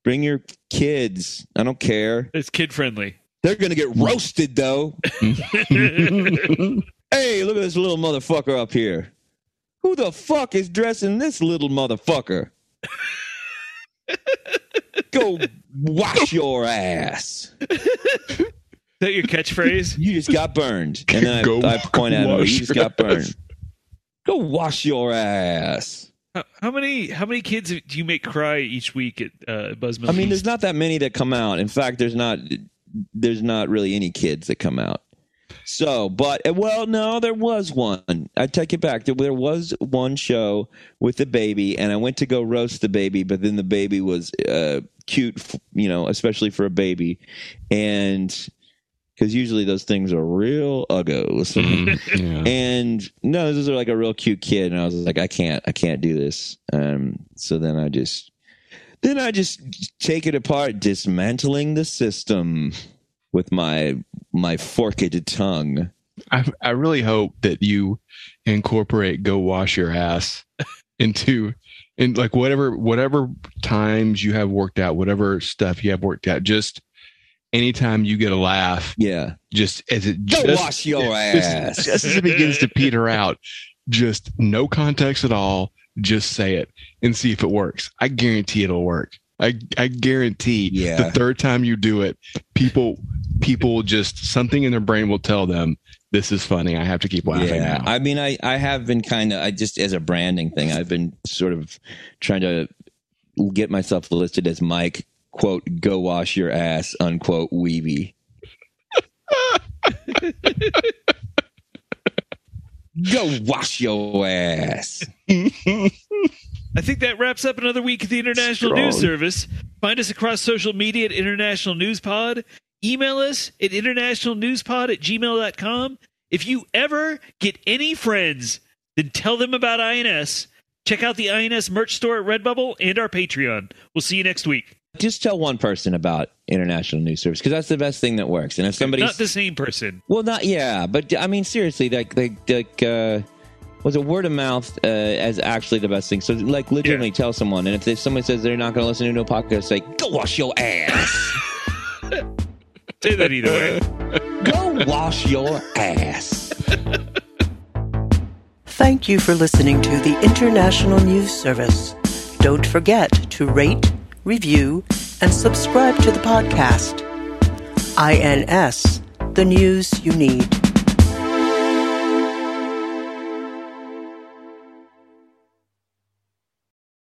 C: Bring your kids. I don't care.
D: It's kid friendly. (laughs)
C: They're gonna get roasted though. Hey, look at this little motherfucker up here. Who the fuck is dressing this
A: (laughs)
C: little motherfucker? Go wash your ass.
D: Is that your catchphrase?
C: You just got burned. And then
A: Go
C: I, I point out, you
A: wash
C: just
A: your
C: got burned.
A: ass."
C: Go wash your ass.
D: how, how many how many kids do you make cry each week at uh, Buzzmill?
C: I mean,
D: East?
C: there's not that many that come out. In fact, there's not there's not really any kids that come out. So, but eh, well, no, there was one. I take it back. There, there was one show with the baby, and I went to go roast the baby, but then the baby was uh, cute, f- you know, especially for a baby, and because usually those things are real uggos.
A: Mm-hmm.
D: (laughs)
A: yeah.
C: And no, this is like a real cute kid, and I was like, I can't, I can't do this. Um, so then I just, then I just take it apart, dismantling the system with my my forked tongue.
A: I, I really hope that you incorporate "go wash your ass" into and like whatever whatever times you have worked out, whatever stuff you have worked out. Just anytime you get a laugh,
C: Yeah,
A: just as it
C: go
A: just,
C: wash your
A: (laughs)
C: ass.
A: just, just as it begins to peter out, just no context at all. Just say it and see if it works. I guarantee it'll work. I I guarantee
C: Yeah.
A: the third time you do it, people people will just something in their brain will tell them this is funny. I have to keep laughing.
C: yeah,
A: now."
C: I mean, I I have been kind of, I just as a branding thing, I've been sort of trying to get myself listed as Mike quote go wash your ass unquote weeby. (laughs) go wash your ass.
D: I think that wraps up another week at the International
A: Strong.
D: News Service. Find us across social media at International News Pod. Email us at internationalnewspod at gmail.com. If you ever get any friends, then tell them about INS. Check out the INS merch store at Redbubble and our Patreon. We'll see you next week.
C: Just tell one person about international news service because that's the best thing that works. And if somebody
D: Not the same person.
C: Well, not yeah, but I mean seriously, like like like uh, was it word of mouth uh, as actually the best thing? So like legitimately tell someone, and if, if someone says they're not going to listen to no podcast, say go wash your ass,
D: Say that either way.
C: go wash your ass.
E: Thank you for listening to the International News Service. Don't forget to rate, review, and subscribe to the podcast. INS, the news you need.